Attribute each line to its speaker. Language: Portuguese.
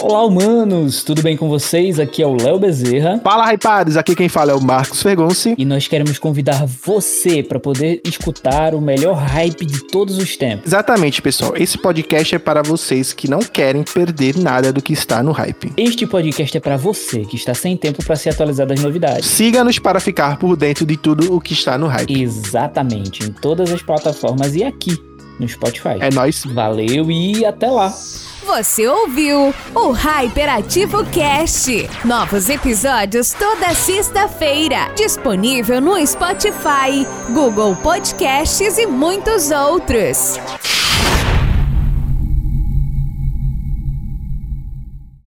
Speaker 1: Olá, humanos! Tudo bem com vocês? Aqui é o Léo Bezerra.
Speaker 2: Fala, hypados! Aqui quem fala é o Marcos Fergonci.
Speaker 1: E nós queremos convidar você para poder escutar o melhor hype de todos os tempos.
Speaker 2: Exatamente, pessoal. Esse podcast é para vocês que não querem perder nada do que está no hype.
Speaker 1: Este podcast é para você que está sem tempo para se atualizar das novidades.
Speaker 2: Siga-nos para ficar por dentro de tudo o que está no hype.
Speaker 1: Exatamente, em todas as plataformas e aqui no Spotify.
Speaker 2: É nóis.
Speaker 1: Valeu e até lá!
Speaker 3: Você ouviu o Hyperativo Cast. Novos episódios toda sexta-feira. Disponível no Spotify, Google Podcasts e muitos outros.